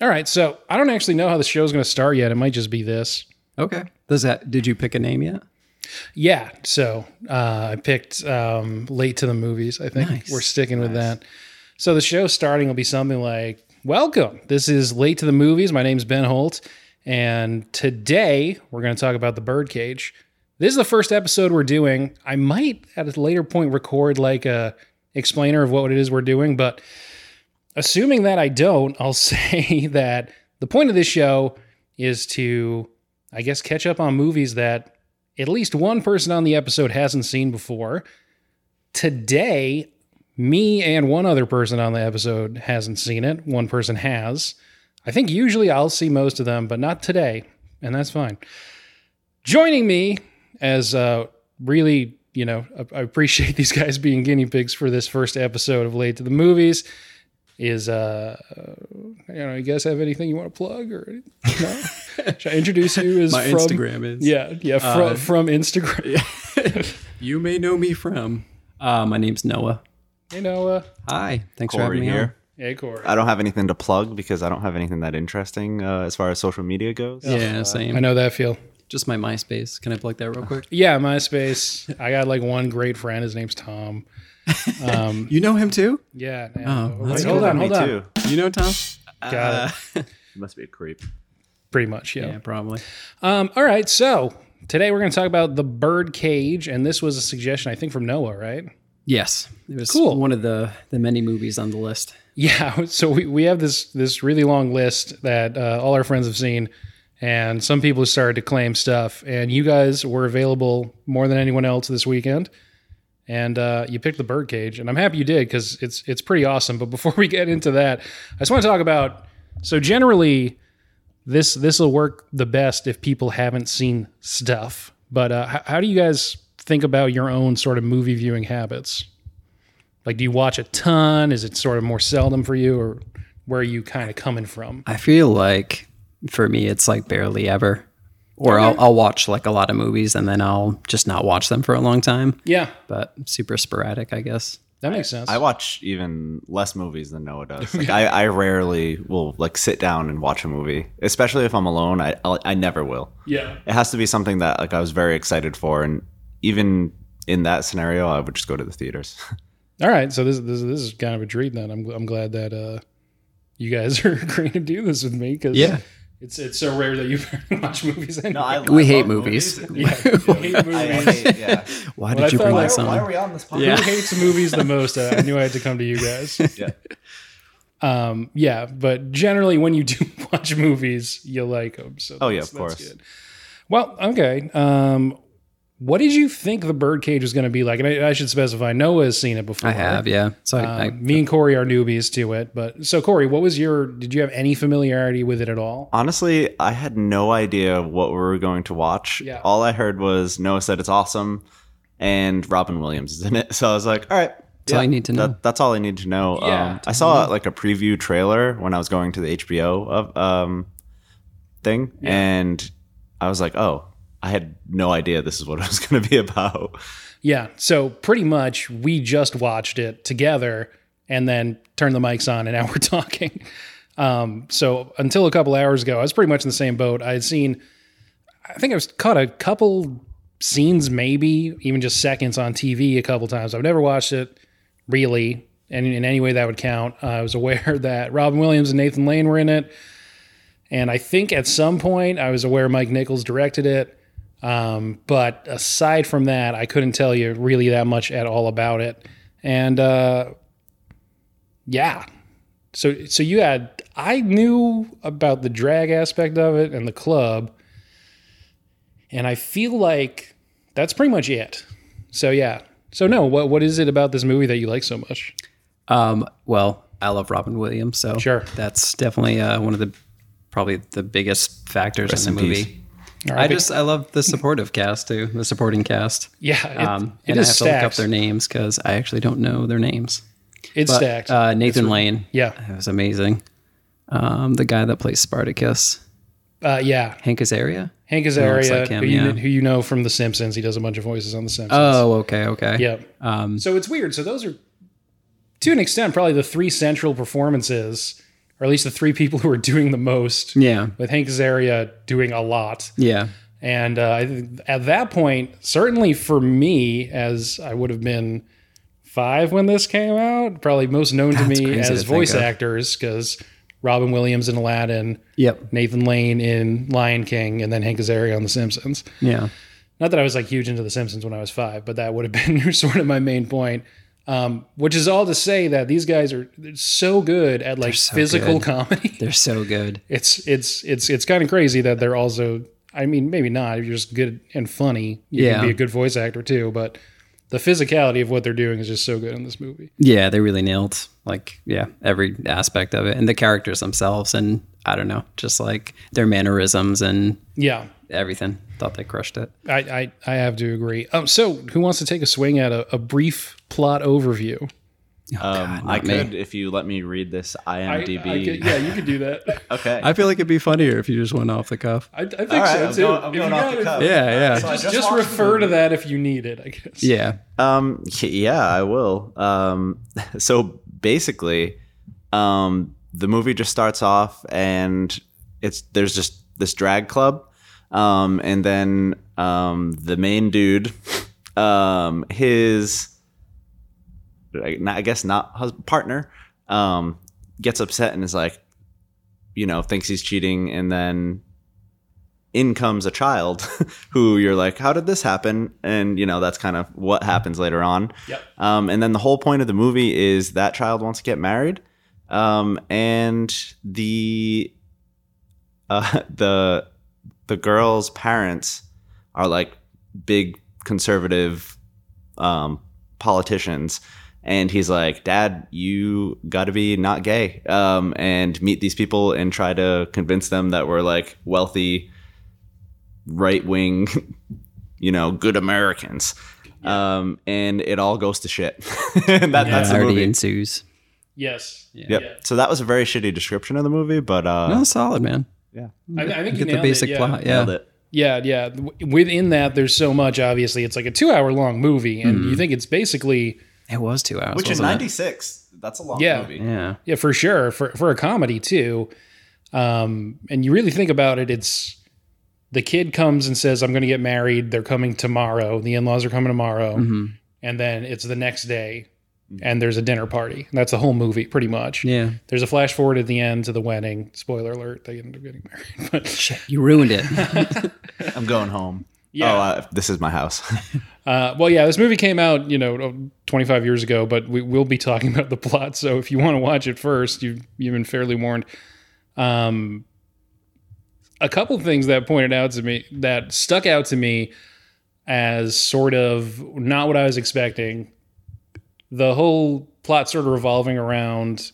All right, so I don't actually know how the show's going to start yet. It might just be this. Okay. Does that? Did you pick a name yet? Yeah, so uh, I picked um, late to the movies. I think Nice, we're sticking with that. So the show starting will be something like, "Welcome. This is late to the movies. My name's Ben Holt, and today we're going to talk about the Birdcage. This is the first episode we're doing. I might at a later point record like a explainer of what it is we're doing, but assuming that I don't, I'll say that the point of this show is to, I guess, catch up on movies that at least one person on the episode hasn't seen before. Today, me and one other person on the episode hasn't seen it. One person has. I think usually I'll see most of them, but not today, and that's fine. Joining me as uh, really, you know, I I appreciate these guys being guinea pigs for this first episode of Late to the Movies. Is uh, you know, you guys have anything you want to plug or no? Should I introduce you as My from Instagram is. yeah, yeah, from, Uh, from Instagram. You may know me from. Uh, my name's Noah. You know, uh, Hi. Thanks for Corey having me here. hey, Corey. I don't have anything to plug because I don't have anything that interesting uh, as far as social media goes. on. Yeah, same. I know that feel. Just my MySpace. Can I plug that real quick? Yeah, MySpace. I got like one great friend. His name's Tom. Um, You know him too? yeah. Oh, man. that's Wait, hold good. on, hold on. You know Tom? Got You must be a creep. Pretty much, yeah. Uh, Yeah, probably. Um, all right, so today we're going to talk about the bird cage, and this was a suggestion I think from Noah, right? Yes. It was Cool. one of the the many movies on the list. Yeah, so we, we have this this really long list that uh, all our friends have seen, and some people have started to claim stuff. And you guys were available more than anyone else this weekend, and uh, you picked the Birdcage, and I'm happy you did because it's it's pretty awesome. But before we get into that, I just want to talk about so generally this this will work the best if people haven't seen stuff. But uh, h- how do you guys think about your own sort of movie viewing habits? Like, do you watch a ton? Is it sort of more seldom for you, or where are you kind of coming from? I feel like for me, it's like barely ever. Or I'll, I'll watch like a lot of movies and then I'll just not watch them for a long time, Yeah, but super sporadic, I guess. that makes sense. I watch even less movies than Noah does. Like, I, I rarely will like sit down and watch a movie, especially if I'm alone. I I'll, I never will. yeah, It has to be something that like I was very excited for, and even in that scenario, I would just go to the theaters. All right, so this this, this is kind of a treat. Then I'm I'm glad that uh, you guys are agreeing to do this with me because Yeah. it's it's so rare that you watch movies. Anyway. We hate movies. yeah, I hate movies. yeah. Why I did you thought- bring why- this on? we on this podcast? Yeah. Who hates movies the most? Uh, I knew I had to come to you guys. yeah. Um, yeah, but generally, when you do watch movies, you like them. So Oh, yeah, that's- of that's course. good. Well, okay. Um, what did you think the birdcage was going to be like? And I, I should specify, Noah has seen it before. I have, yeah. So Um, I, I me and Corey are newbies to it, but so Corey, what was your? Did you have any familiarity with it at all? Honestly, I had no idea what we were going to watch. Yeah. All I heard was Noah said it's awesome and Robin Williams is in it. So I was like, all right. That's all you need to know. That, that's all I need to know. Yeah. um, I saw Mm-hmm. like a preview trailer when I was going to the HBO of um, thing, and I was like, oh, I had no idea this is what it was going to be Oh, about. Yeah. So pretty much, we just watched it together, and then turned the mics on, and now we're talking. Um, so until a couple hours ago, I was pretty much in the same boat. I had seen, I think I was caught a couple scenes, maybe even just seconds on TV a couple times. I've never watched it really, and in any way that would count. I was aware that Robin Williams and Nathan Lane were in it, and I think at some point I was aware Mike Nichols directed it. Um, but aside from that, I couldn't tell you really that much at all about it. And uh, yeah, so so you had I knew about the drag aspect of it and the club, and I feel like that's pretty much it. So yeah. So no, what what is it about this movie that you like so much? Um, well, I love Robin Williams, so Sure. that's definitely uh, one of the probably the biggest factors in the in movie. peace. I just I love the supportive cast too, the supporting cast. yeah, it, Um, it and I is have to look up stacked. their names because I actually don't know their names. it's But, stacked. Uh, Nathan Lane, yeah, that was amazing. Um, the guy that plays Spartacus, uh, yeah. Hank Azaria. Hank looks Azaria, like him, who, you, yeah. who you know from The Simpsons, he does a bunch of voices on The Simpsons. Oh, okay, okay. Yep. Um, So it's weird. So those are, to an extent, probably the three central performances or at least the three people who are doing the most, Yeah. with Hank Azaria doing a lot. Yeah. And uh, I think at that point, certainly for me, as I would have been five when this came out, probably most known That's to me crazy to as think voice of. actors because Robin Williams in Aladdin, Yep. Nathan Lane in Lion King, and then Hank Azaria on The Simpsons. Yeah. Not that I was like huge into The Simpsons when I was five, but that would have been sort of my main point. Um, which is all to say that these guys are they're so good at like so physical good. comedy. They're so good. it's it's it's it's kind of crazy that they're also I mean maybe not if you're just good and funny you Yeah. can be a good voice actor too but the physicality of what they're doing is just so good in this movie Yeah, they really nailed like yeah every aspect of it, and the characters themselves, and I don't know, just like their mannerisms and yeah everything. Thought they crushed it. I I, I have to agree um so who wants to take a swing at a, a brief plot overview Um, I not me. could if you let me read this I- IMDb. I could- yeah you could do that Okay. feel like it'd be funnier if you just went off the cuff. I, I think All right, so I'm too going- I'm If you going off got the it- cuff. Yeah, yeah, So I just, just just watched the refer to that if you need it I guess yeah. Um, y- yeah, I will. Um, so basically, um, the movie just starts off, and it's there's just this drag club, um, and then um, the main dude, um, his, I I guess not hus- partner, um, gets upset and is like, you know, thinks he's cheating, and then in comes a child who you're like, how did this happen? And you know, that's kind of what happens later on. Yep. Um, and then the whole point of the movie is that child wants to get married, um, and the uh, the the girl's parents are like big conservative um, politicians. And he's like, Dad, you got to be not gay um, and meet these people and try to convince them that we're like wealthy, right wing, you know, good Americans. Um, and it all goes to shit. and that, that's the Already movie. ensues. yes Yep. So that was a very shitty description of the movie, but uh, no, solid man. I, I think you Get the nailed it, basic yeah. plot. Yeah, nailed it. Yeah, yeah. W- Within that, there's so much. Obviously, it's like a two-hour long movie, and Mm-hmm. you think it's basically it was two hours. Which in wasn't it? '96, that's a long Yeah. movie. Yeah, yeah, for sure for for a comedy too. Um, and you really think about it, it's the kid comes and says, "I'm going to get married. They're coming tomorrow. The in-laws are coming tomorrow," Mm-hmm. and then it's the next day, Mm-hmm. and there's a dinner party. That's the whole movie, pretty much. yeah. There's a flash forward at the end to the wedding. Spoiler alert: they end up getting married. But Shit, you ruined it. I'm going home. Yeah. Oh, uh, this is my house. Uh, well, yeah, this movie came out, you know, 25 years ago, but we will be talking about the plot. So if you want to watch it first, you've, you've been fairly warned. Um, a couple things that pointed out to me that stuck out to me as sort of not what I was expecting. The whole plot sort of revolving around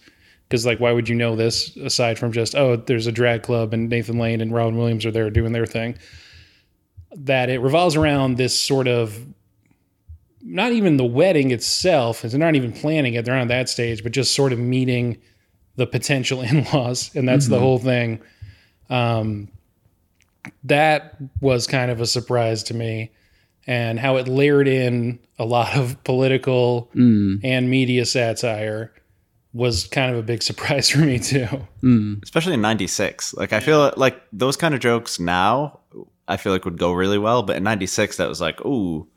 because, like, why would you know this aside from just, oh, there's a drag club and Nathan Lane and Robin Williams are there doing their thing? That it revolves around this sort of not even the wedding itself, because they're not even planning it, they're not at that stage, but just sort of meeting the potential in laws. And that's the whole thing. Um, that was kind of a surprise to me, and how it layered in a lot of political mm, and media satire was kind of a big surprise for me, too. mm. especially in 96 like i feel like those kind of jokes now i feel like would go really well but in 96 that was like ooh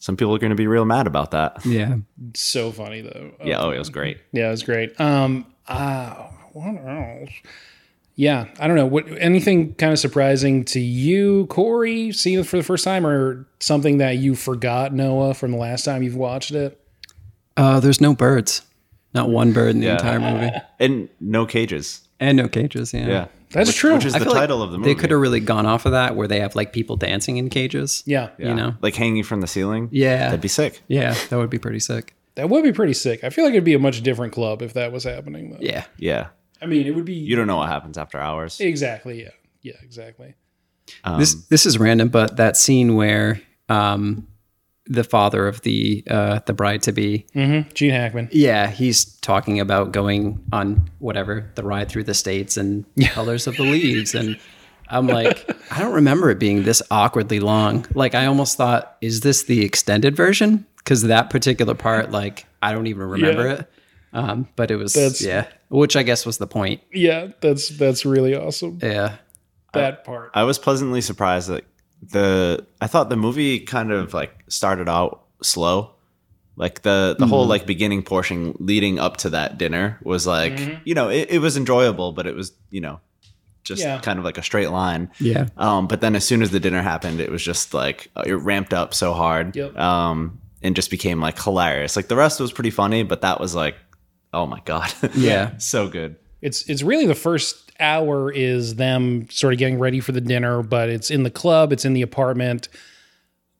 some people are going to be real mad about that Yeah, So funny, though. yeah oh it was great Yeah, it was great. Um, uh, what else? Yeah, I don't know. What anything kind of surprising to you, Corey, seeing it for the first time, or something that you forgot, Noah, from the last time you've watched it? uh, there's no birds. Not one bird in the entire movie, and no cages and no cages. Yeah, yeah That's Which- true. which is I the feel like title of the movie They could have really gone off of that, where they have like people dancing in cages. Yeah, yeah. you know. like hanging from the ceiling Yeah, that'd be sick yeah, that would be pretty sick. that would be pretty sick. I feel like it'd be a much different club if that was happening. Though. Yeah, yeah I mean, it would be you don't know what happens after hours exactly. Yeah, yeah, exactly. um, this this is random, but that scene where um, the father of the uh, the bride to be, hmm Gene Hackman. yeah, he's talking about going on whatever the ride through the states and colors of the leaves, and I'm like, I don't remember it being this awkwardly long. Like I almost thought, is this the extended version? Because that particular part, like, I don't even remember Yeah. it. Um, but it was That's- yeah, which I guess was the point. Yeah, that's that's really awesome. Yeah, Uh, That part. I was pleasantly surprised that the I thought the movie kind of like started out slow. Like the the Mm-hmm. whole like beginning portion leading up to that dinner was like, Mm-hmm. you know, it, it was enjoyable, but it was, you know, just Yeah. kind of like a straight line. yeah, Um, but then as soon as the dinner happened, it was just like uh, it ramped up so hard. Yep. Um, and just became like hilarious. Like the rest was pretty funny, but that was like, oh my god, yeah, so good. It's it's really the first hour is them sort of getting ready for the dinner, but it's in the club, it's in the apartment.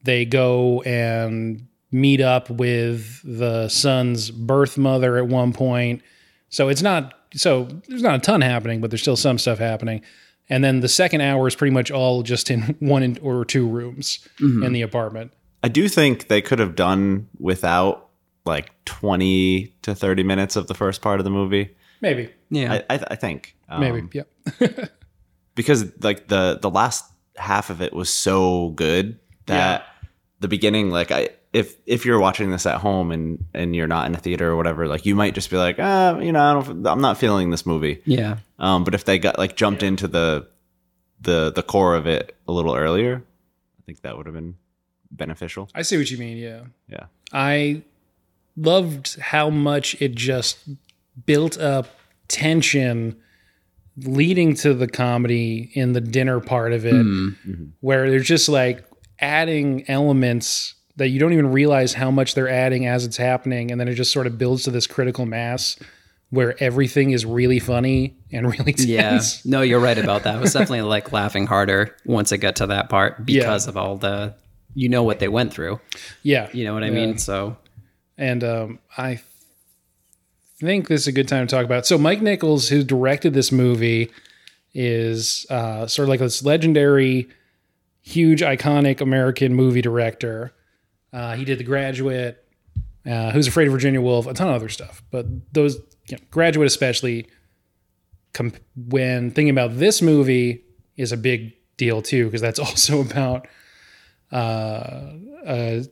They go and meet up with the son's birth mother at one point. So it's not so there's not a ton happening, but there's still some stuff happening. And then the second hour is pretty much all just in one in- or two rooms in the apartment. I do think they could have done without like 20 to 30 minutes of the first part of the movie. Maybe, yeah. I, I, th- I think. Um, maybe, yeah. Because like the, the last half of it was so good that the beginning, like I, if, if you're watching this at home and, and you're not in a theater or whatever, like you might just be like, ah, you know, I don't, I'm not feeling this movie. yeah, Um, but if they got like jumped into the, the, the core of it a little earlier, I think that would have been beneficial. I see what you mean. Yeah. Yeah. I loved how much it just built up tension leading to the comedy in the dinner part of it, where they're just like adding elements that you don't even realize how much they're adding as it's happening. And then it just sort of builds to this critical mass where everything is really funny and really Yeah. tense. No, you're right about that. I was definitely like laughing harder once it got to that part because of all the you know what they went through. Yeah. You know what I mean? So and um, I th- think this is a good time to talk about. So Mike Nichols, who directed this movie, is uh, sort of like this legendary, huge, iconic American movie director. Uh, he did The Graduate, uh, Who's Afraid of Virginia Woolf, a ton of other stuff, but those you know, Graduate especially. Com- when thinking about this movie is a big deal too because that's also about uh,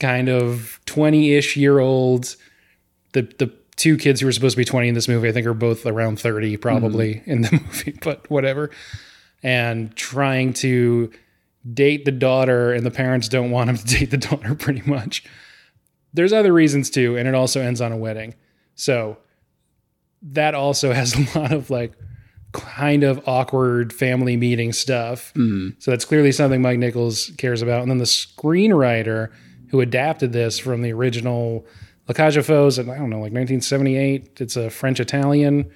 kind of 20-ish year old the the two kids who were supposed to be 20 in this movie i think are both around 30 probably in the movie but whatever and trying to date the daughter and the parents don't want him to date the daughter pretty much there's other reasons too and it also ends on a wedding so that also has a lot of like kind of awkward family meeting stuff so that's clearly something Mike Nichols cares about. And then the screenwriter who adapted this from the original La Cage aux Folles, and I don't know, like 1978. It's a French Italian.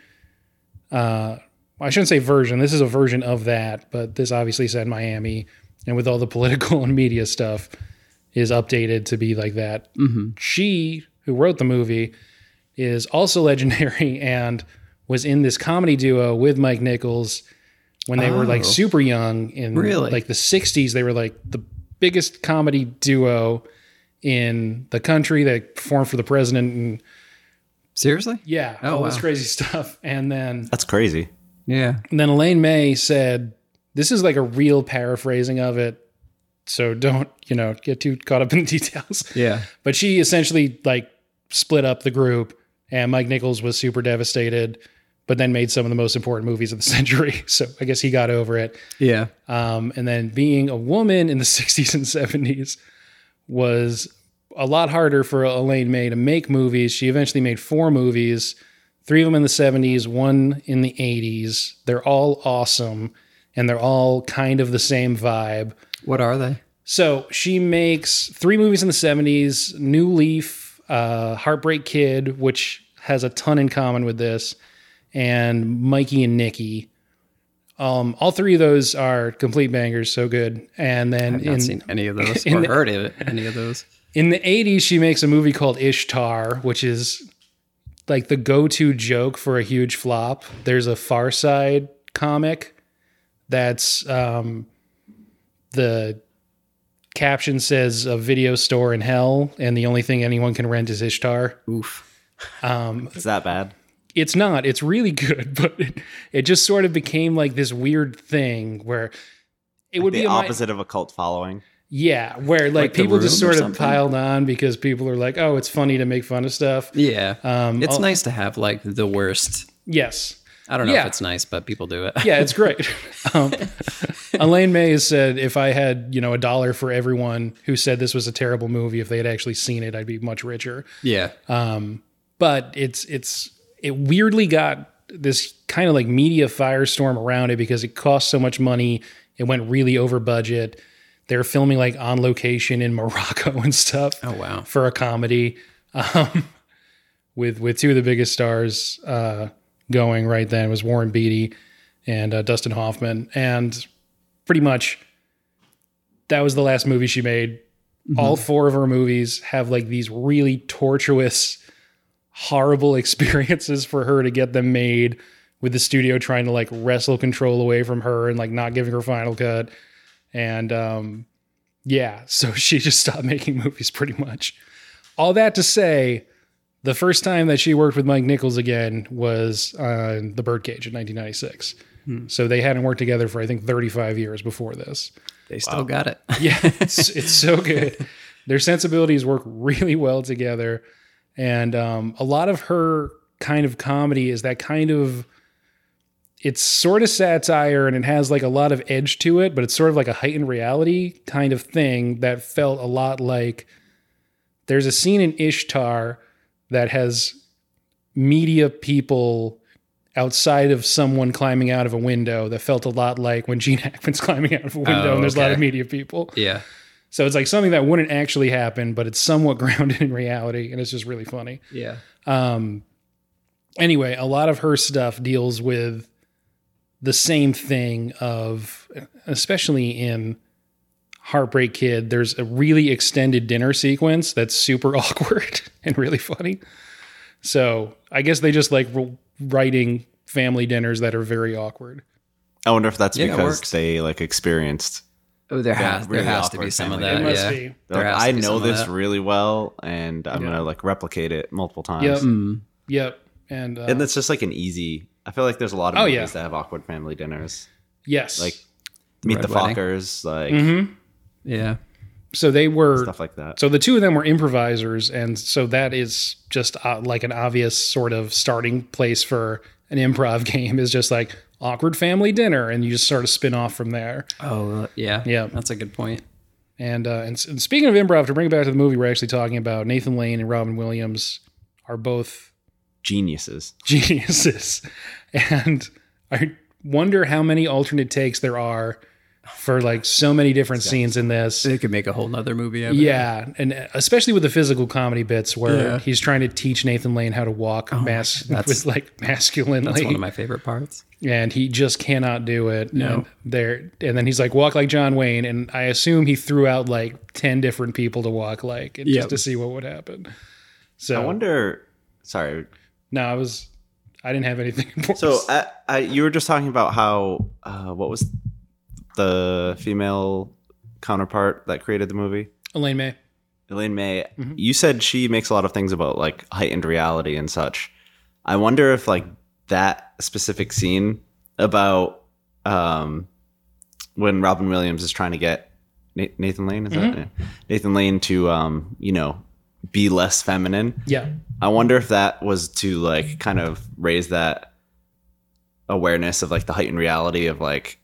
Uh, I shouldn't say version. This is a version of that, but this obviously said Miami, and with all the political and media stuff, is updated to be like that. Mm-hmm. She, who wrote the movie, is also legendary and was in this comedy duo with Mike Nichols when they were like Oh. super young in Really? like the 60s they were like the biggest comedy duo in the country they performed for the president and seriously? yeah Oh, all this wow. crazy stuff and then That's crazy. Yeah. and then Elaine May said this is like a real paraphrasing of it so don't you know get too caught up in the details Yeah. but she essentially like split up the group and Mike Nichols was super devastated but then made some of the most important movies of the century so I guess he got over it Yeah. um, and then being a woman in the 60s and 70s was a lot harder for Elaine May to make movies. She eventually made four movies, three of them in the 70s, one in the 80s. They're all awesome and they're all kind of the same vibe. What are they? So she makes three movies in the 70s New Leaf, uh, Heartbreak Kid, which has a ton in common with this, and Mikey and Nikki. Um, all three of those are complete bangers, so good. And then I've not in, seen any of those in or the- heard of it, any of those. in the 80s, she makes a movie called Ishtar, which is like the go to joke for a huge flop. There's a Far Side comic that's um, the caption says a video store in hell, and the only thing anyone can rent is Ishtar. Oof. It's that bad. It's not, it's really good, but it, it just sort of became like this weird thing where it would the be a mi- opposite of a cult following. Yeah, where like, Like The people just Room sort or of something? piled on because people are like, "Oh, it's funny to make fun of stuff." Yeah. Um, it's I'll- nice to have like the worst. Yes, I don't know Yeah. if it's nice, but people do it. yeah, it's great. um, Elaine May has said, "If I had you know a dollar for everyone who said this was a terrible movie, if they had actually seen it, I'd be much richer." yeah. but it's it's it weirdly got this kind of like media firestorm around it because it cost so much money. It went really over budget. They're filming like on location in Morocco and stuff oh wow. for a comedy um, with with two of the biggest stars uh, going right then It was Warren Beatty and uh, Dustin Hoffman, and pretty much that was the last movie she made. All four of her movies have like these really tortuous, horrible experiences for her to get them made. With the studio trying to like wrestle control away from her and like not giving her final cut, and um, yeah, so she just stopped making movies pretty much. All that to say, the first time that she worked with Mike Nichols again was on The Birdcage in 1996. So they hadn't worked together for I think 35 years before this. They still got it. Yeah, it's, it's so good. Their sensibilities work really well together, and um, a lot of her kind of comedy is that kind of. It's sort of satire and it has like a lot of edge to it, but it's sort of like a heightened reality kind of thing that felt a lot like. There's a scene in Ishtar that has media people outside of someone climbing out of a window that felt a lot like when Gene Hackman's climbing out of a window Oh, and there's a lot of okay. media people. yeah. So it's like something that wouldn't actually happen, but it's somewhat grounded in reality, and it's just really funny. Yeah. Um, anyway, a lot of her stuff deals with the same thing of, especially in Heartbreak Kid, there's a really extended dinner sequence that's super awkward and really funny. So I guess they just like wr- writing family dinners that are very awkward. I wonder if that's Yeah, it because works. they like experienced. Oh, there Yeah, has really there has to be awkward some of that. family. It must Uh, yeah. be. They're There like, has to I be know some of this that. really well, and I'm Yeah. gonna like replicate it multiple times. Yep. Mm. Yep. And, uh, And it's just like an easy. I feel like there's a lot of Oh, movies yeah. that have awkward family dinners. yes. like, Meet Red the Wedding. Fockers, like Mhm. Yeah. so they were stuff like that. So the two of them were improvisers, and so that is just uh, like an obvious sort of starting place for an improv game is just like awkward family dinner, and you just sort of spin off from there. Oh yeah. Yeah. That's a good point. And uh, and, s- and speaking of improv, to bring it back to the movie we're actually talking about, Nathan Lane and Robin Williams are both Geniuses. geniuses, and I wonder how many alternate takes there are for like so many different scenes in this. They could make a whole nother movie out of it. Yeah, and uh, especially with the physical comedy bits where Yeah. he's trying to teach Nathan Lane how to walk mas- God, that's- with like masculinely, That's one of my favorite parts. and he just cannot do it. No. and there, and then he's like walk like John Wayne, and I assume he threw out like ten different people to walk like and just Yep. to see what would happen. So I wonder. Sorry. no, I was I didn't have anything. important. So uh, I, I, you were just talking about how uh, what was the female counterpart that created the movie? Elaine May, Elaine May, Mhm. you said she makes a lot of things about like heightened reality and such. I wonder if like that specific scene about um, when Robin Williams is trying to get Na- Nathan Lane is that yeah. Nathan Lane to um, you know be less feminine. yeah, I wonder if that was to like kind of raise that awareness of like the heightened reality of like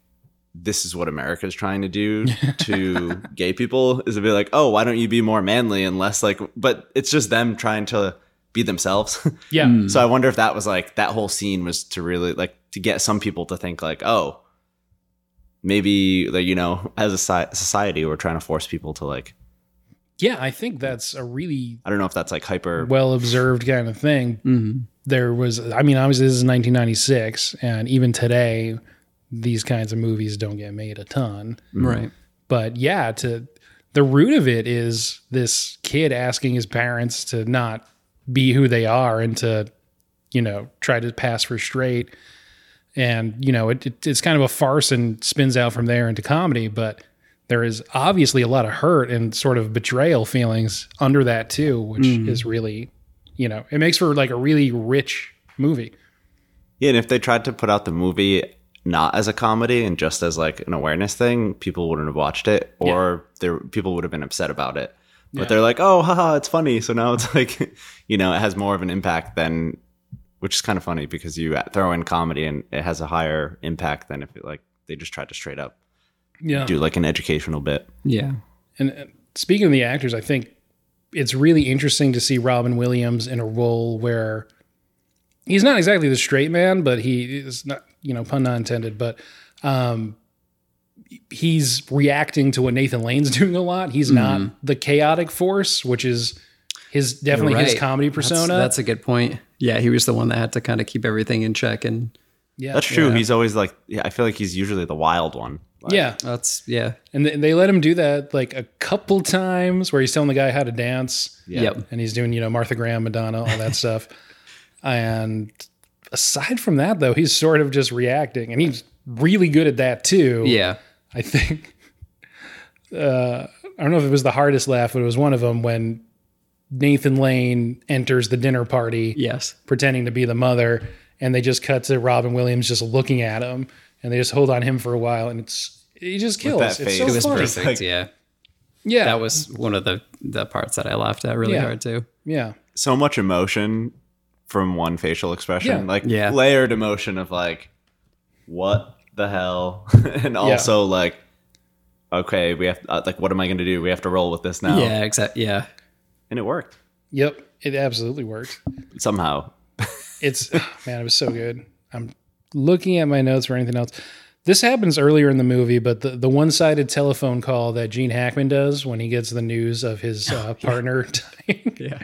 this is what America's trying to do to gay people is to be like, oh, why don't you be more manly and less like but it's just them trying to be themselves. yeah, Hmm. Mm. so I wonder if that was like that whole scene was to really like to get some people to think like, oh, maybe like you know, as a soci- society we're trying to force people to like yeah. I think that's a really I don't know if that's like hyper well observed kind of thing, Mm-hmm. there was i mean obviously this is 1996 and even today these kinds of movies don't get made a ton Right. but yeah to the root of it is this kid asking his parents to not be who they are and to you know try to pass for straight and you know it, it, it's kind of a farce and spins out from there into comedy but there is obviously a lot of hurt and sort of betrayal feelings under that too which is really you know it makes for like a really rich movie Yeah, and if they tried to put out the movie not as a comedy and just as like an awareness thing, people wouldn't have watched it or there people would have been upset about it. But Yeah. they're like, "Oh, haha, it's funny." So now it's like, you know, it has more of an impact than which is kind of funny because you throw in comedy and it has a higher impact than if it like they just tried to straight up Yeah. do like an educational bit. Yeah. And uh, speaking of the actors, I think it's really interesting to see Robin Williams in a role where he's not exactly the straight man, but he is not, you know, pun not intended, but um, he's reacting to what Nathan Lane's doing a lot. He's not Mm-hmm. the chaotic force, which is his definitely his right. comedy That's- persona. That's, a good point. Yeah, he was the one that had to kind of keep everything in check, and yeah. That's true. Yeah. He's always like, yeah, I feel like he's usually the wild one. Like, yeah. that's yeah. And they, they let him do that like a couple times where he's telling the guy how to dance. Yeah. Yep. and he's doing you know Martha Graham, Madonna, all that stuff. And aside from that, though, he's sort of just reacting, and he's really good at that too. Yeah. I think. Uh, I don't know if it was the hardest laugh, but it was one of them when Nathan Lane enters the dinner party Yes. pretending to be the mother, and they just cut to Robin Williams just looking at him, and they just hold on him for a while, and it's he just kills. It's that face. so It It was funny. perfect. Like- yeah. Yeah, That was one of the the parts that I laughed at really Yeah. hard too. yeah. So much emotion from one facial expression, Yeah. like Yeah. layered emotion of like, what the hell? and also like, okay, we have, uh, like, what am I going to do? We have to roll with this now. Yeah. Exactly. Yeah. And it worked Yep, it absolutely worked. somehow. It's man, it was so good. I'm looking at my notes for anything else. This happens earlier in the movie, but the, the one sided telephone call that Gene Hackman does when he gets the news of his uh, partner dying, Oh, Yeah.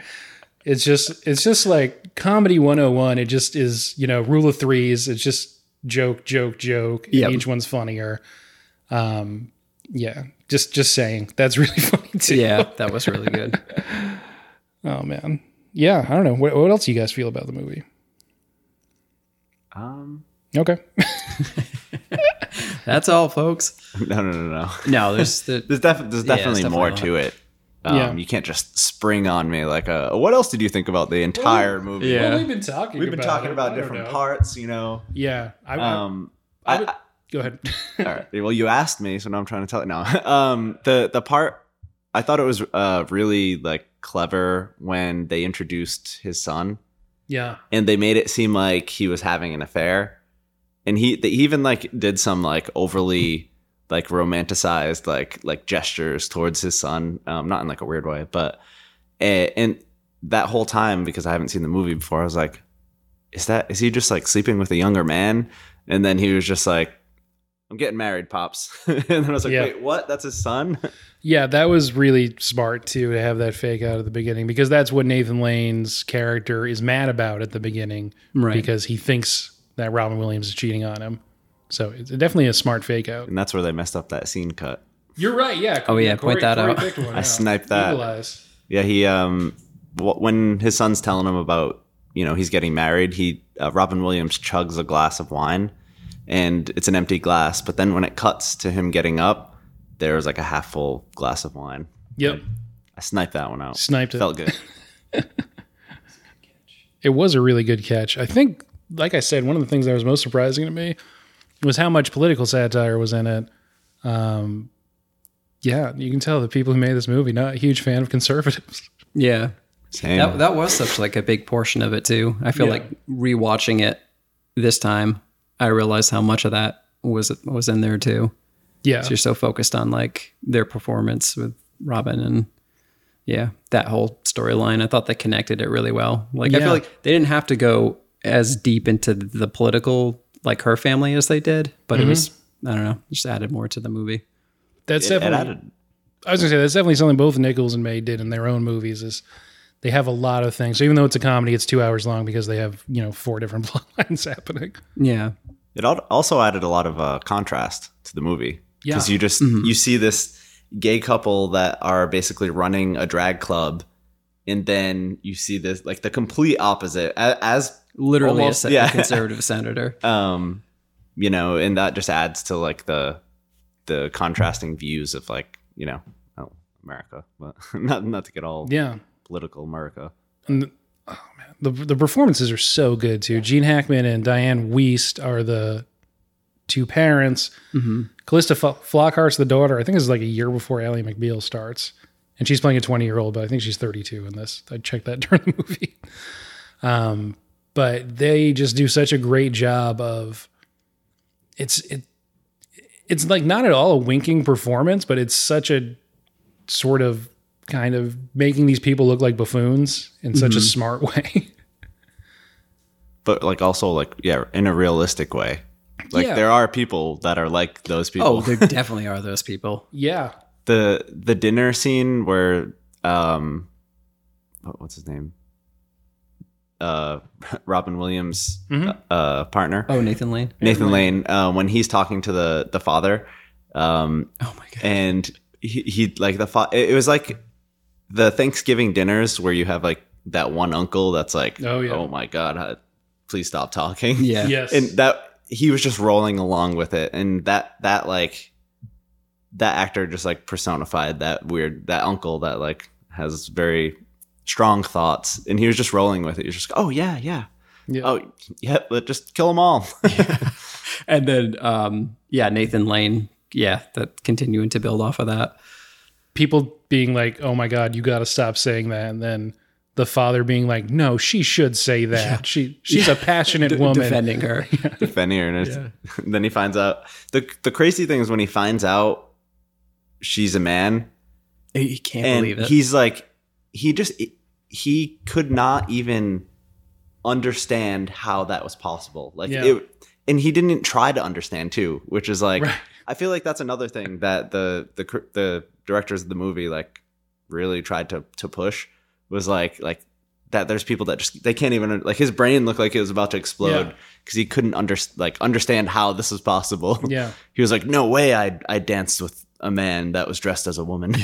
it's just it's just like comedy 101. It just is you know rule of threes. It's just joke, joke, joke. and Yep. Each one's funnier. Um, yeah, just just saying that's really funny too. Yeah. That was really good. Oh man. Yeah, I don't know. What, what else do you guys feel about the movie? Um, Okay. That's all, folks. no, no, no, no. No, there's the There's, def- there's Yeah, it's definitely more definitely to it. Um, Yeah. You can't just spring on me like, uh, what else did you think about the entire movie? Yeah. Well, we've been talking. We've been about talking it. I about don't different know. parts, you know. Yeah, I, I- Um, I I- would- go ahead. All right. Well, you asked me, so now I'm trying to tell it now. Um, the the part I thought it was uh, really like clever when they introduced his son, yeah, and they made it seem like he was having an affair, and he they even like did some like overly like romanticized like like gestures towards his son, um, not in like a weird way, but eh, and that whole time because I haven't seen the movie before, I was like, is that is he just like sleeping with a younger man? And then he was just like, I'm getting married, pops. and then I was like, Yeah. wait, what? That's his son? yeah, that was really smart too to have that fake out at the beginning because that's what Nathan Lane's character is mad about at the beginning right. because he thinks that Robin Williams is cheating on him. So it's definitely a smart fake out. and that's where they messed up that scene cut. You're right. Yeah. Oh, yeah, point that out. picked one I sniped that. Eagle eyes. Yeah, he um, wh- when his son's telling him about you know he's getting married, he uh, Robin Williams chugs a glass of wine, and it's an empty glass. But then when it cuts to him getting up, there's like a half full glass of wine. Yep. I sniped that one out. Sniped it. Felt good. it was a really good catch. I think, like I said, one of the things that was most surprising to me was how much political satire was in it. Um, yeah, you can tell the people who made this movie not a huge fan of conservatives. Yeah. Same. That, that was such like a big portion of it too. I feel Yeah. like rewatching it this time, I realized how much of that was was in there too. Yeah, 'Cause You're so focused on like their performance with Robin and yeah, that whole storyline. I thought they connected it really well. Like I Yeah. feel like they didn't have to go as deep into the political like her family as they did, but it was I don't know, just added more to the movie. that's It- it definitely. added- I was gonna say that's definitely something both Nichols and May did in their own movies. Is they have a lot of things. So even though it's a comedy, it's two hours long because they have you know four different plot lines happening. Yeah. It al- also added a lot of uh, contrast to the movie Yeah. Mm-hmm. because you just you see this gay couple that are basically running a drag club, and then you see this like the complete opposite a- as Literally Almost, a, se- yeah. a conservative senator. um, you know, and that just adds to like the the contrasting views of like you know oh, America, but not not to get all Yeah, political America. the the performances are so good too. Gene Hackman and Diane Wiest are the two parents. hmm Callista Fo- Flockhart's the daughter. I think this is like a year before Ally McBeal starts, and she's playing a 20 year old, but I think she's 32 in this. I checked that during the movie. Um, but they just do such a great job of it's it it's like not at all a winking performance, but it's such a sort of kind of making these people look like buffoons in such a smart way. but like also like yeah, in a realistic way. Like Yeah. there are people that are like those people. Oh, there definitely are those people. yeah. the the dinner scene where um what- what's his name? Uh Robin Williams Mhm. uh partner. Oh, Nathan Lane. Nathan Lane, uh, when he's talking to the the father, um, Oh my god. and he, he like the fa- it it was like the Thanksgiving dinners where you have like that one uncle that's like, Oh, yeah. my god, uh, please stop talking. Yeah. Yes. and that he was just rolling along with it, and that that like that actor just like personified that weird that uncle that like has very strong thoughts, and he was just rolling with it. He was just, oh yeah, yeah, yeah. oh yeah, let just kill them all. And then um yeah, Nathan Lane. Yeah, that continuing to build off of that. people being like, "Oh my God, you got to stop saying that," and then the father being like, "No, she should say that. She she's a passionate De- woman." defending her. Fenrir, and it's- then he finds out the the crazy thing is when he finds out she's a man, He can't and believe it. he's like, he just he could not even understand how that was possible. Like Yeah. it, and he didn't try to understand too, which is like, Right. I feel like that's another thing that the the cr- the directors of the movie like really tried to to push was like like that there's people that just they can't even like his brain looked like it was about to Yeah. explode because he couldn't under, like understand how this was possible. Yeah, He was like, no way, I I danced with a man that was dressed as a woman.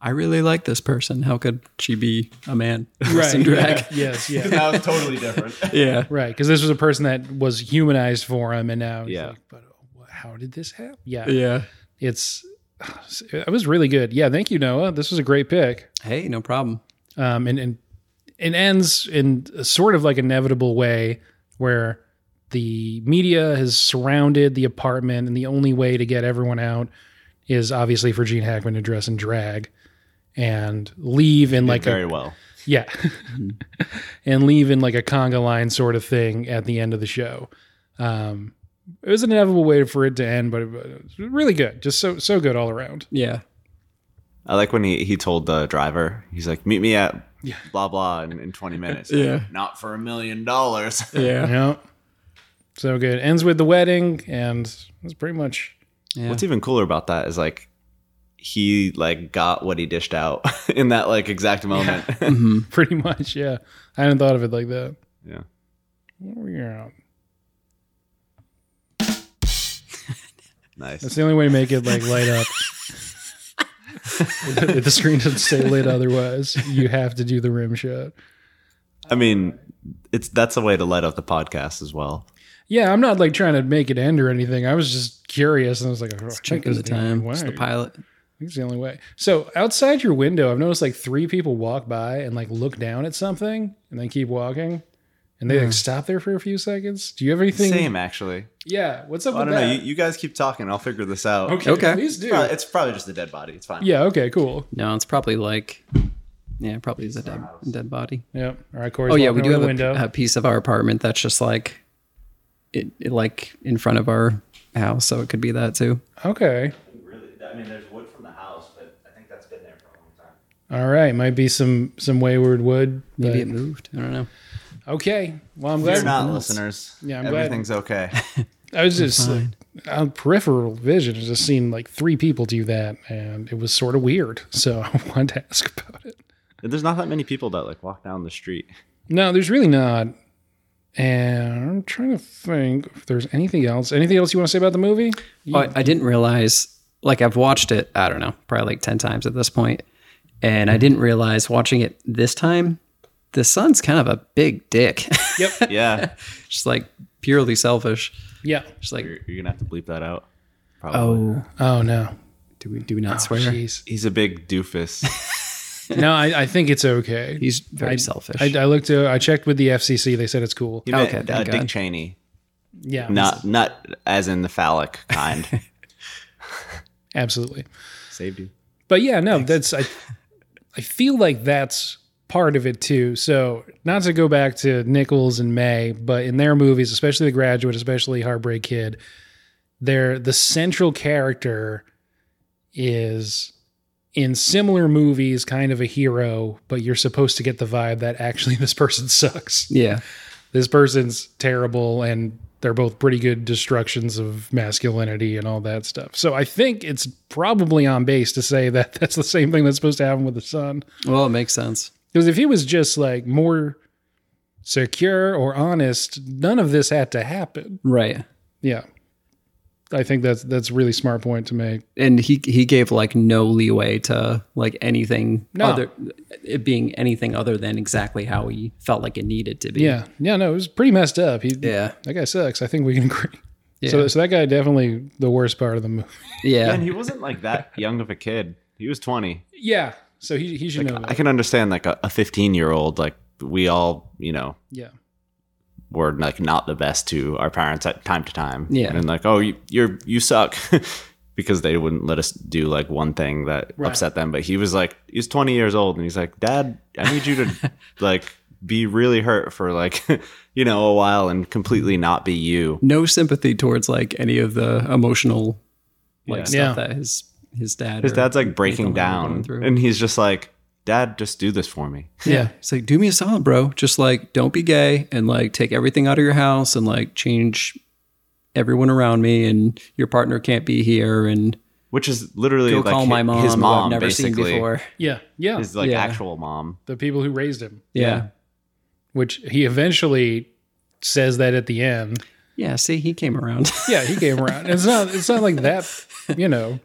I really like this person. How could she be a man? right. Dressed in drag. Yeah. Yes, yeah, that was totally different. yeah. right. Because this was a person that was humanized for him, and now he's Yeah. like, but wh- how did this happen? Yeah, Yeah. it's it was really good. Yeah, thank you, Noah. This was a great pick. Hey, no problem. um, and and it ends in a sort of like inevitable way where the media has surrounded the apartment, and the only way to get everyone out is obviously for Gene Hackman to dress in drag and leave in like very a well. yeah, and leave in like a conga line sort of thing at the end of the show. Um, it was an inevitable way for it to end, but it, was really good, just so so good all around. Yeah. I like when he, he told the driver, he's like, meet me at Yeah. blah blah in, in 20 minutes. Yeah. Not for a million dollars. Yeah. Yeah. So good. Ends with the wedding, and that's pretty much. yeah. What's even cooler about that is like he like got what he dished out in that like exact moment. Mhm. Pretty much, yeah. I hadn't thought of it like that. Yeah. Yeah. nice. That's the only way to make it like light up. if the screen doesn't stay lit otherwise, you have to do the rim shot. I mean, it's that's a way to light up the podcast as well. Yeah, I'm not like trying to make it end or anything. I was just curious and I was like, oh, I think Checking this the is only time. way. It's the pilot. I think it's the only way. So outside your window, I've noticed like three people walk by and like look down at something and then keep walking. And they like stop there for a few seconds. Do you have anything? Hmm. Same actually. Yeah. What's up I with don't that? know. You, you guys keep talking. I'll figure this out. okay, Okay. Please do. It's probably, it's probably just a dead body. It's fine. yeah. Okay. Cool. No, it's probably like yeah, probably is a dead, dead body. Yeah. All right. Corey's Oh yeah, walking we do over have the a, window. a piece of our apartment that's just like it, it like in front of our house, so it could be that too. okay. Really? I mean, there's wood from the house, but I think that's been there for a long time. All right. Might be some some wayward wood. Maybe it but- moved. I don't know. okay. Well, I'm They're glad. not else. listeners. Yeah, I'm glad- everything's okay. I was just uh, fine. on peripheral vision. I just seen like three people do that, and it was sort of weird. So I wanted to ask about it. There's not that many people that like walk down the street. No, there's really not. And I'm trying to think if there's anything else. Anything else you want to say about the movie? You- Oh, I, I didn't realize like I've watched it, I don't know, probably like 10 times at this point, And I didn't realize watching it this time, the son's kind of a big dick. Yep. Yeah, just like purely selfish. yeah. Just like you're, you're gonna have to bleep that out. Probably. oh, Oh no. do we do we not swear? Jeez. he's a big doofus. No, I, I think it's okay. He's very I- selfish. I, I looked. uh, I checked with the FCC. They said it's cool. He met, Okay, uh, thank Dick God. Cheney. Yeah. Not not as in the phallic kind. Absolutely. Saved you. But yeah, no, that's I I feel like that's part of it too. So not to go back to Nichols and May, but in their movies, especially The Graduate, especially Heartbreak Kid, they're the central character is in similar movies kind of a hero, but you're supposed to get the vibe that actually this person sucks. Yeah. This person's terrible and they're both pretty good destructions of masculinity and all that stuff. So I think it's probably on base to say that that's the same thing that's supposed to happen with the son. Well, it makes sense. Because if he was just like more secure or honest, none of this had to happen. Right. Yeah. I think that's that's a really smart point to make. And he he gave like no leeway to like anything No. other it being anything other than exactly how he felt like it needed to be. Yeah. Yeah, no, it was pretty messed up. He Yeah. that guy sucks. I think we can agree. Yeah. So so that guy definitely the worst part of the movie. yeah. And he wasn't like that young of a kid. He was 20. Yeah. So he he should know I that. can understand like a 15 year old, like we all, you know, Yeah. were like not the best to our parents at time to time. Yeah. And like, oh, you, you're, you suck because they wouldn't let us do like one thing that Right. upset them. But he was like, he's 20 years old and he's like, dad, I need you to like be really hurt for like, you know, a while and completely not be you. No sympathy towards like any of the emotional like Yeah. stuff Yeah. that his his dad His or dad's like anything breaking they were going down through. and he's just like, dad, just do this for me. Yeah. It's like, do me a solid, bro. Just like, don't be gay and like take everything out of your house and like change everyone around me and your partner can't be here and Which is literally go like call hi- my mom, his who mom, I've never basically. seen before. Yeah. Yeah. His like Yeah. actual mom. the people who raised him. Yeah. Which he eventually says that at the end. Yeah. See, he came around. Yeah, he came around. It's not it's not like that, you know.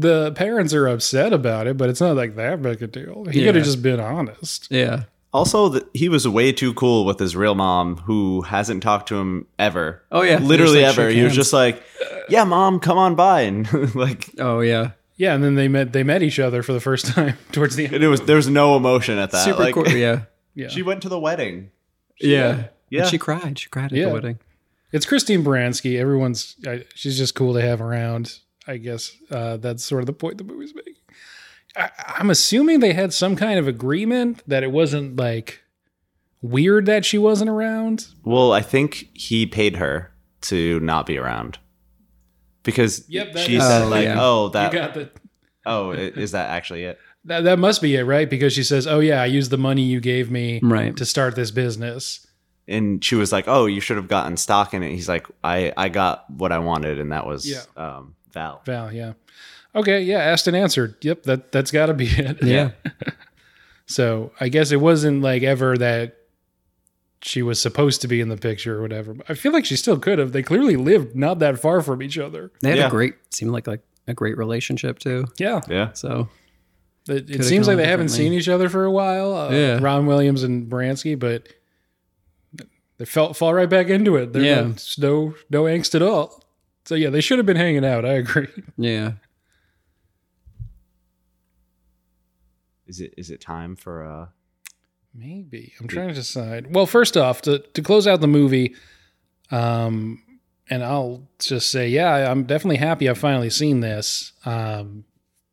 The parents are upset about it, but it's not like that big a deal. He could Yeah. have just been honest. yeah. Also, th- he was way too cool with his real mom, who hasn't talked to him ever. Oh, yeah. They literally just, like, ever. shook He was hands. just like, "Yeah, mom, come on by," and like, Oh, yeah. Yeah, and then they met they met each other for the first time towards the end. and it was there was no emotion at that. Super Uh, like, cool. Yeah. Yeah. she went to the wedding. yeah. Yeah. And she cried. She cried at Yeah. the wedding. It's Christine Baranski. Everyone's I, she's just cool to have around. I guess uh, that's sort of the point the movie's making. I, I'm assuming they had some kind of agreement that it wasn't like weird that she wasn't around. Well, I think he paid her to not be around because Yep, that- she Oh, said like, yeah. "Oh, You that. got the oh, i- is that actually it?" that, that must be it, right? Because she says, "Oh yeah, I used the money you gave me Right. to start this business." And she was like, "Oh, you should have gotten stock in it." He's like, "I I got what I wanted, and that was Yeah. um, Val." Val, yeah. Okay, yeah, asked and answered. Yep, that that's got to be it. Yeah. So I guess it wasn't like ever that she was supposed to be in the picture or whatever. But I feel like she still could have. They clearly lived not that far from each other. They had Yeah. a great, seemed like, like a great relationship too. Yeah. Yeah. So, It, it Could've seems like gone they haven't differently. seen each other for a while. Uh, Yeah. Ron Williams and Bransky, but they felt fall right back into it. There Yeah. was no no angst at all. So yeah, they should have been hanging out. I agree. yeah. Is it is it time for uh Maybe. I'm trying to decide. Well, first off, to, to close out the movie, um, and I'll just say, yeah, I- I'm definitely happy I've finally seen this. Um,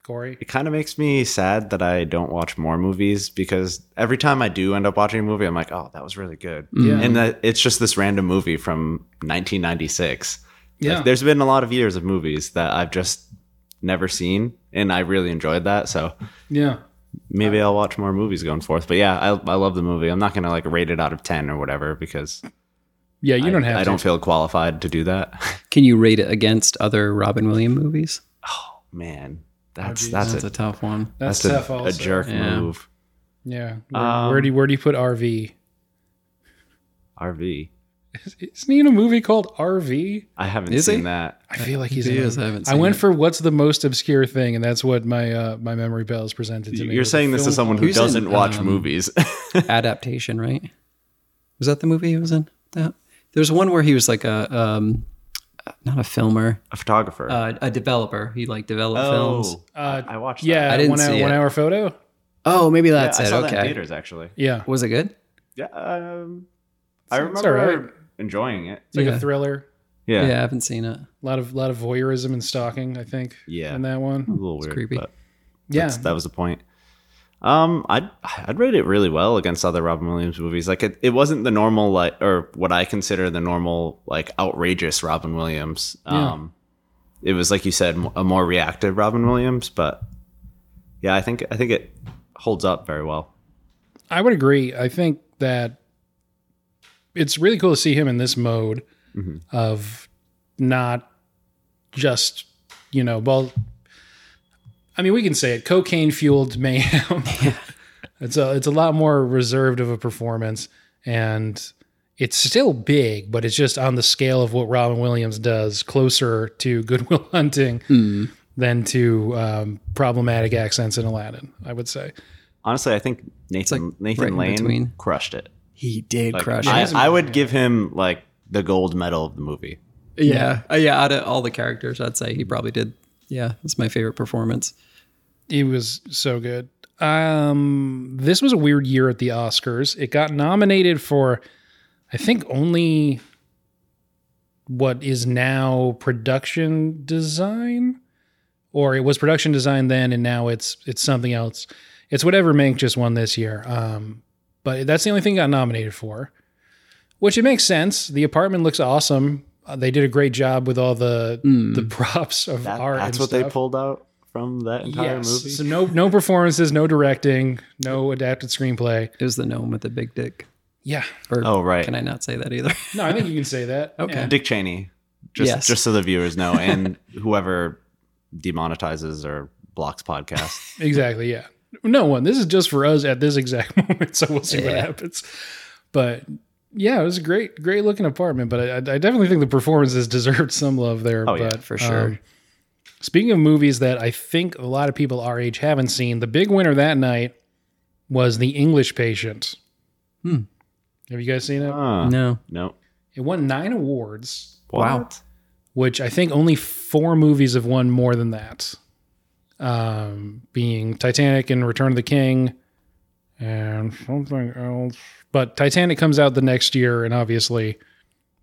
Corey? it kind of makes me sad that I don't watch more movies because every time I do end up watching a movie, I'm like, oh, that was really good. Mm. Yeah. And that it's just this random movie from 1996. Like, Yeah. there's been a lot of years of movies that I've just never seen, and I really enjoyed that. So Yeah. maybe Uh. I'll watch more movies going forth. But yeah, I, I love the movie. I'm not going to like rate it out of 10 or whatever because Yeah, you don't have I to. don't feel qualified to do that. Can you rate it against other Robin Williams movies? Man, that's, that's, That's a, a tough one. That's, that's, tough a, also. a jerk Yeah. move. Yeah. Where, Um, where do you, where do you put RV? RV. Isn't he in a movie called RV? I haven't Is seen he? that. I feel like he's he in is. it. I haven't I seen went it. for what's the most obscure thing, and that's what my uh, my memory pals presented to me. You're saying this to is someone who Who's in, doesn't watch um, movies. adaptation, right? Was that the movie he was in? That there's one where he was like a um, not a filmer, a photographer. uh, a developer. He like developed Oh. films. Uh, I watched Yeah, that. I didn't one, hour, see it. one hour photo. Oh, maybe Yeah, that's I it. saw that in okay, theaters actually. Yeah, was it good? Yeah, um, I It's- it's remember all right. enjoying it. It's like Yeah. a thriller. Yeah. Yeah. I haven't seen it. A lot of lot of voyeurism and stalking, I think. Yeah. In that A one. little weird. creepy. But Yeah. that's- that was the point. Um, I'd I'd rate it really well against other Robin Williams movies. Like it, it wasn't the normal like or what I consider the normal like outrageous Robin Williams. Yeah. Um, it was like you said m- a more reactive Robin Williams, but yeah, I think I think it holds up very well. I would agree. I think that it's really cool to see him in this mode of not just, you know, well, I mean, we can say it cocaine fueled mayhem. it's, a, it's a lot more reserved of a performance and it's still big, but it's just on the scale of what Robin Williams does, closer to Goodwill Hunting than to um, problematic accents in Aladdin, I would say. Honestly, I think Nathan like right Nathan in Lane between. crushed it. He did Like, crush I, it. I would give him like the gold medal of the movie. Yeah. Uh, yeah. Out of all the characters, I'd say he probably did. Yeah. It's my favorite performance. It was so good. Um, this was a weird year at the Oscars. It got nominated for, I think, only what is now production design, or it was production design then, and now it's it's something else. It's whatever Mank just won this year. Um, but that's the only thing it got nominated for, which it makes sense. The apartment looks awesome. Uh, they did a great job with all the the props of Hmm. That, art. that's and what they stuff. pulled out from that entire movie. So no no performances, no directing, no adapted screenplay. It was the gnome with the big dick. Yeah. Or Oh, right. Can I not say that either? No, I think you can say that. Okay. Yeah. Dick Cheney. Just Yes. just so the viewers know, and whoever demonetizes or blocks podcasts. Exactly. Yeah. No one. This is just for us at this exact moment, so we'll see what Yeah. happens. But yeah, it was a great, great looking apartment. But I, I I definitely think the performances deserved some love there. Oh, yeah, but, um, for sure. speaking of movies that I think a lot of people our age haven't seen, the big winner that night was The English Patient. Hmm. Have you guys seen it? Huh. no. No. It won nine awards. Wow. What? which I think only four movies have won more than that, um, being Titanic and Return of the King, and something else. But Titanic comes out the next year and obviously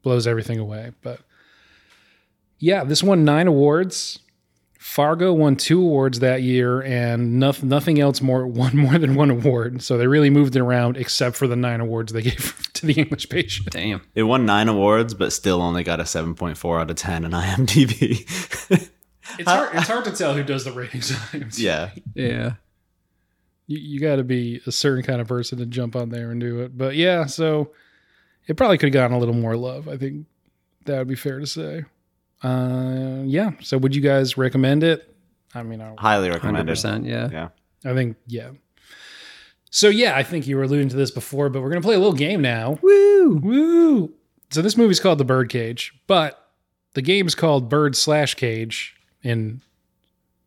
blows everything away. But yeah, this won nine awards. Fargo won two awards that year, and nothing nothing else more won more than one award. So they really moved it around, except for the nine awards they gave to the English Patient. Damn. It won nine awards, but still only got a seven point four out of ten on IMDb. It's hard, it's hard to tell who does the ratings. yeah. Yeah. you, you got to be a certain kind of person to jump on there and do it. But yeah, so it probably could have gotten a little more love. I think that would be fair to say. Uh, yeah. So would you guys recommend it? I mean, I, Highly recommended. 100%. Yeah. Yeah. I think yeah. So yeah, I think you were alluding to this before, but we're gonna play a little game now. Woo. Woo! So this movie's called The Birdcage, but the game's called Bird Slash Cage in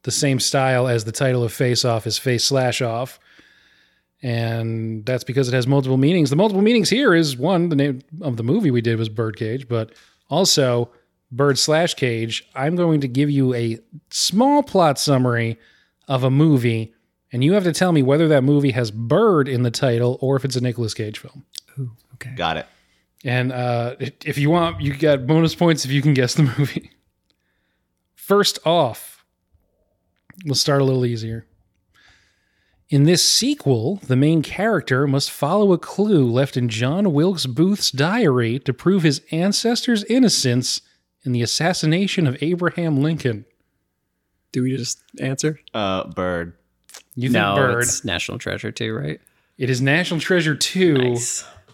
the same style as the title of Face Off is Face Slash Off. And that's because it has multiple meanings. The multiple meanings here is one, the name of the movie we did was Birdcage, but also Bird Slash Cage. I'm going to give you a small plot summary of a movie, and you have to tell me whether that movie has bird in the title or if it's a Nicolas Cage film. Ooh, okay. Got it. And uh, if- if you want, you got bonus points if you can guess the movie. First off, we'll start a little easier. In this sequel, the main character must follow a clue left in John Wilkes Booth's diary to prove his ancestors' innocence in the assassination of Abraham Lincoln. Do we just answer? Uh, Bird. You think no. bird? It's National Treasure too, right? It is National Treasure 2,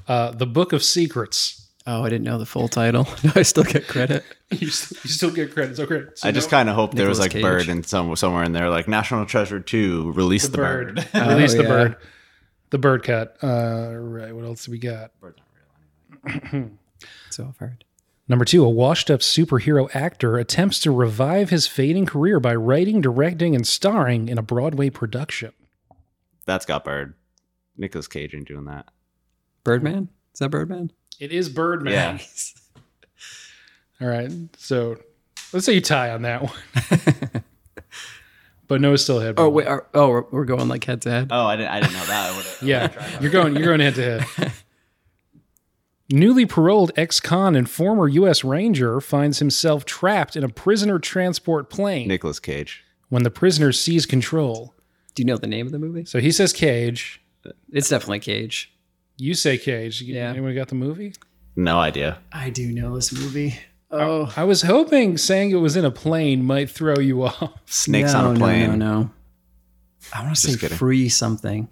uh, The Book of Secrets. Oh, I didn't know the full title. No, I still get credit. you, still, you still get credits. Okay. so I no- just kind of hope there was like Nicolas Cage. Bird and some somewhere in there, like National Treasure Two, release the, bird. bird. Release the Oh, yeah. bird. The bird cut. Uh, right. What else do we got? So I've heard. Number two, a washed up superhero actor attempts to revive his fading career by writing, directing, and starring in a Broadway production. That's got Bird. Nicolas Cage ain't doing that. Birdman? Is that Birdman? It is Birdman. Yeah. All right. So let's say you tie on that one. but Noah still had. Oh one. wait. Are, oh, we're, we're going like head to head. Oh, I didn't. I didn't know that. I would've- I would've tried Yeah. that. You're going. You're going head to head. Newly paroled ex con and former U.S. Ranger finds himself trapped in a prisoner transport plane Nicolas Cage. when the prisoner sees control. Do you know the name of the movie? So he says Cage. It's definitely Cage. You say Cage. You- Yeah. Anyone got the movie? No idea. I do know this movie. Oh, I was hoping saying it was in a plane might throw you off. Snakes no, on a plane. No, no, no. I want to say kidding. free something.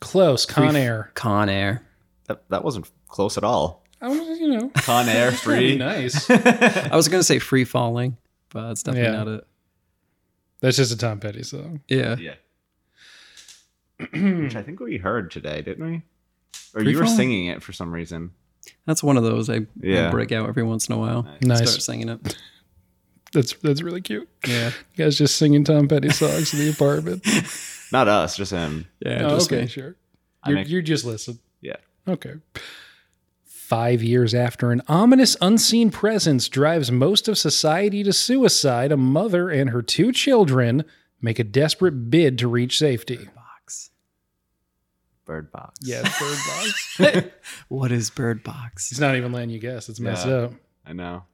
Close, Con Free- Air. Con Air. That, that wasn't close at all. I was, you know, Con Air pretty free. nice. I was gonna say free falling, but that's definitely Yeah. not it. That's just a Tom Petty song. Yeah. yeah. Which I think we heard today, didn't we? Or Free you were Falling? singing it for some reason. That's one of those I, I Yeah. break out every once in a while. and Nice. Start singing it. That's that's really cute. Yeah. You guys just singing Tom Petty songs in the apartment. Not us, just him. Yeah. Oh, just okay, me. sure. I You make- you just listen. Yeah. Okay. Five years after an ominous unseen presence drives most of society to suicide, a mother and her two children make a desperate bid to reach safety. Box. Bird Box. Yeah, bird box. what is Bird He's Box? not even letting you guess. It's messed Yeah. up. I know.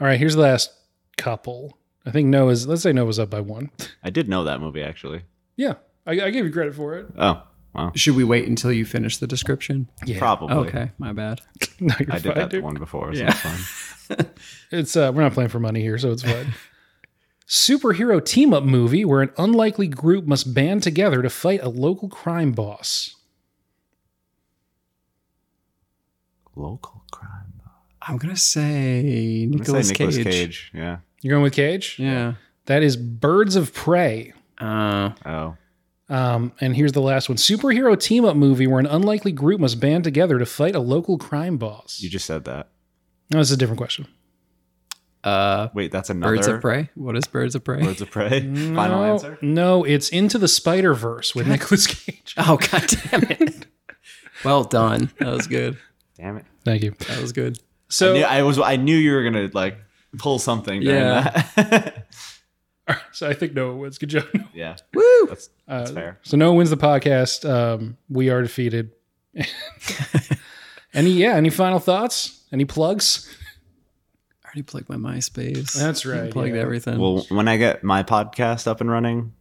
All right, here's the last couple. I think Noah's, let's say Noah's up by one. I did know that movie actually. Yeah, I, I give you credit for it. Oh, wow. Should we wait until you finish the description? Yeah. Probably. Okay, my bad. No, you're I fine, did that dude. one before, so Yeah. it's fun. It's uh, we're not playing for money here, so it's fine. Superhero team up movie where an unlikely group must band together to fight a local crime boss. Local crime. I'm gonna say I'm gonna Nicolas say Cage. Nicolas Cage. Yeah. You're going with Cage? Yeah. That is Birds of Prey. Uh, Oh. Um, and here's the last one: superhero team up movie where an unlikely group must band together to fight a local crime boss. You just said that. no, this is a different question. uh, Wait, that's another Birds of Prey. What is Birds of Prey? Birds of Prey. Mm, Final no, answer. No, it's Into the Spider Verse with Nicolas Cage. oh god damn it! well done. That was good. Damn it. Thank you. That was good. So I, knew, I was I knew you were gonna like pull something during Yeah. that. so I think Noah Uh, wins. Good job. yeah. Woo! That's that's fair. So Noah wins the podcast. Um, we are defeated. any yeah? Any final thoughts? Any plugs? I already plugged my MySpace. That's right, Plugged yeah. everything. Well, when I get my podcast up and running,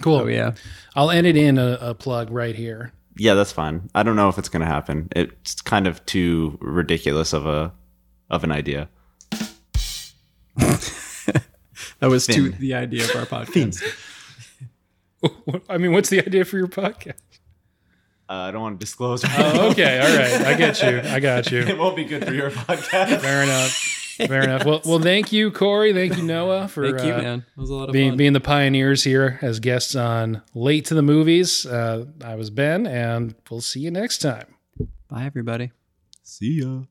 Cool. oh yeah. I'll edit in a, a plug right here. yeah, that's fine. I don't know if it's gonna happen. It's kind of too ridiculous of a of an idea. That was to Finn. the idea of our podcast. I mean, what's the idea for your podcast? Uh, I don't want to disclose. Oh, okay. All right. I get you. I got you. it won't be good for your podcast. Fair enough. Fair enough. Well, well, thank you, Corey. Thank you, Noah, for Thank you, uh, man. That was a lot of being fun. being the pioneers here as guests on Late to the Movies. Uh, I was Ben, and we'll see you next time. Bye, everybody. See ya.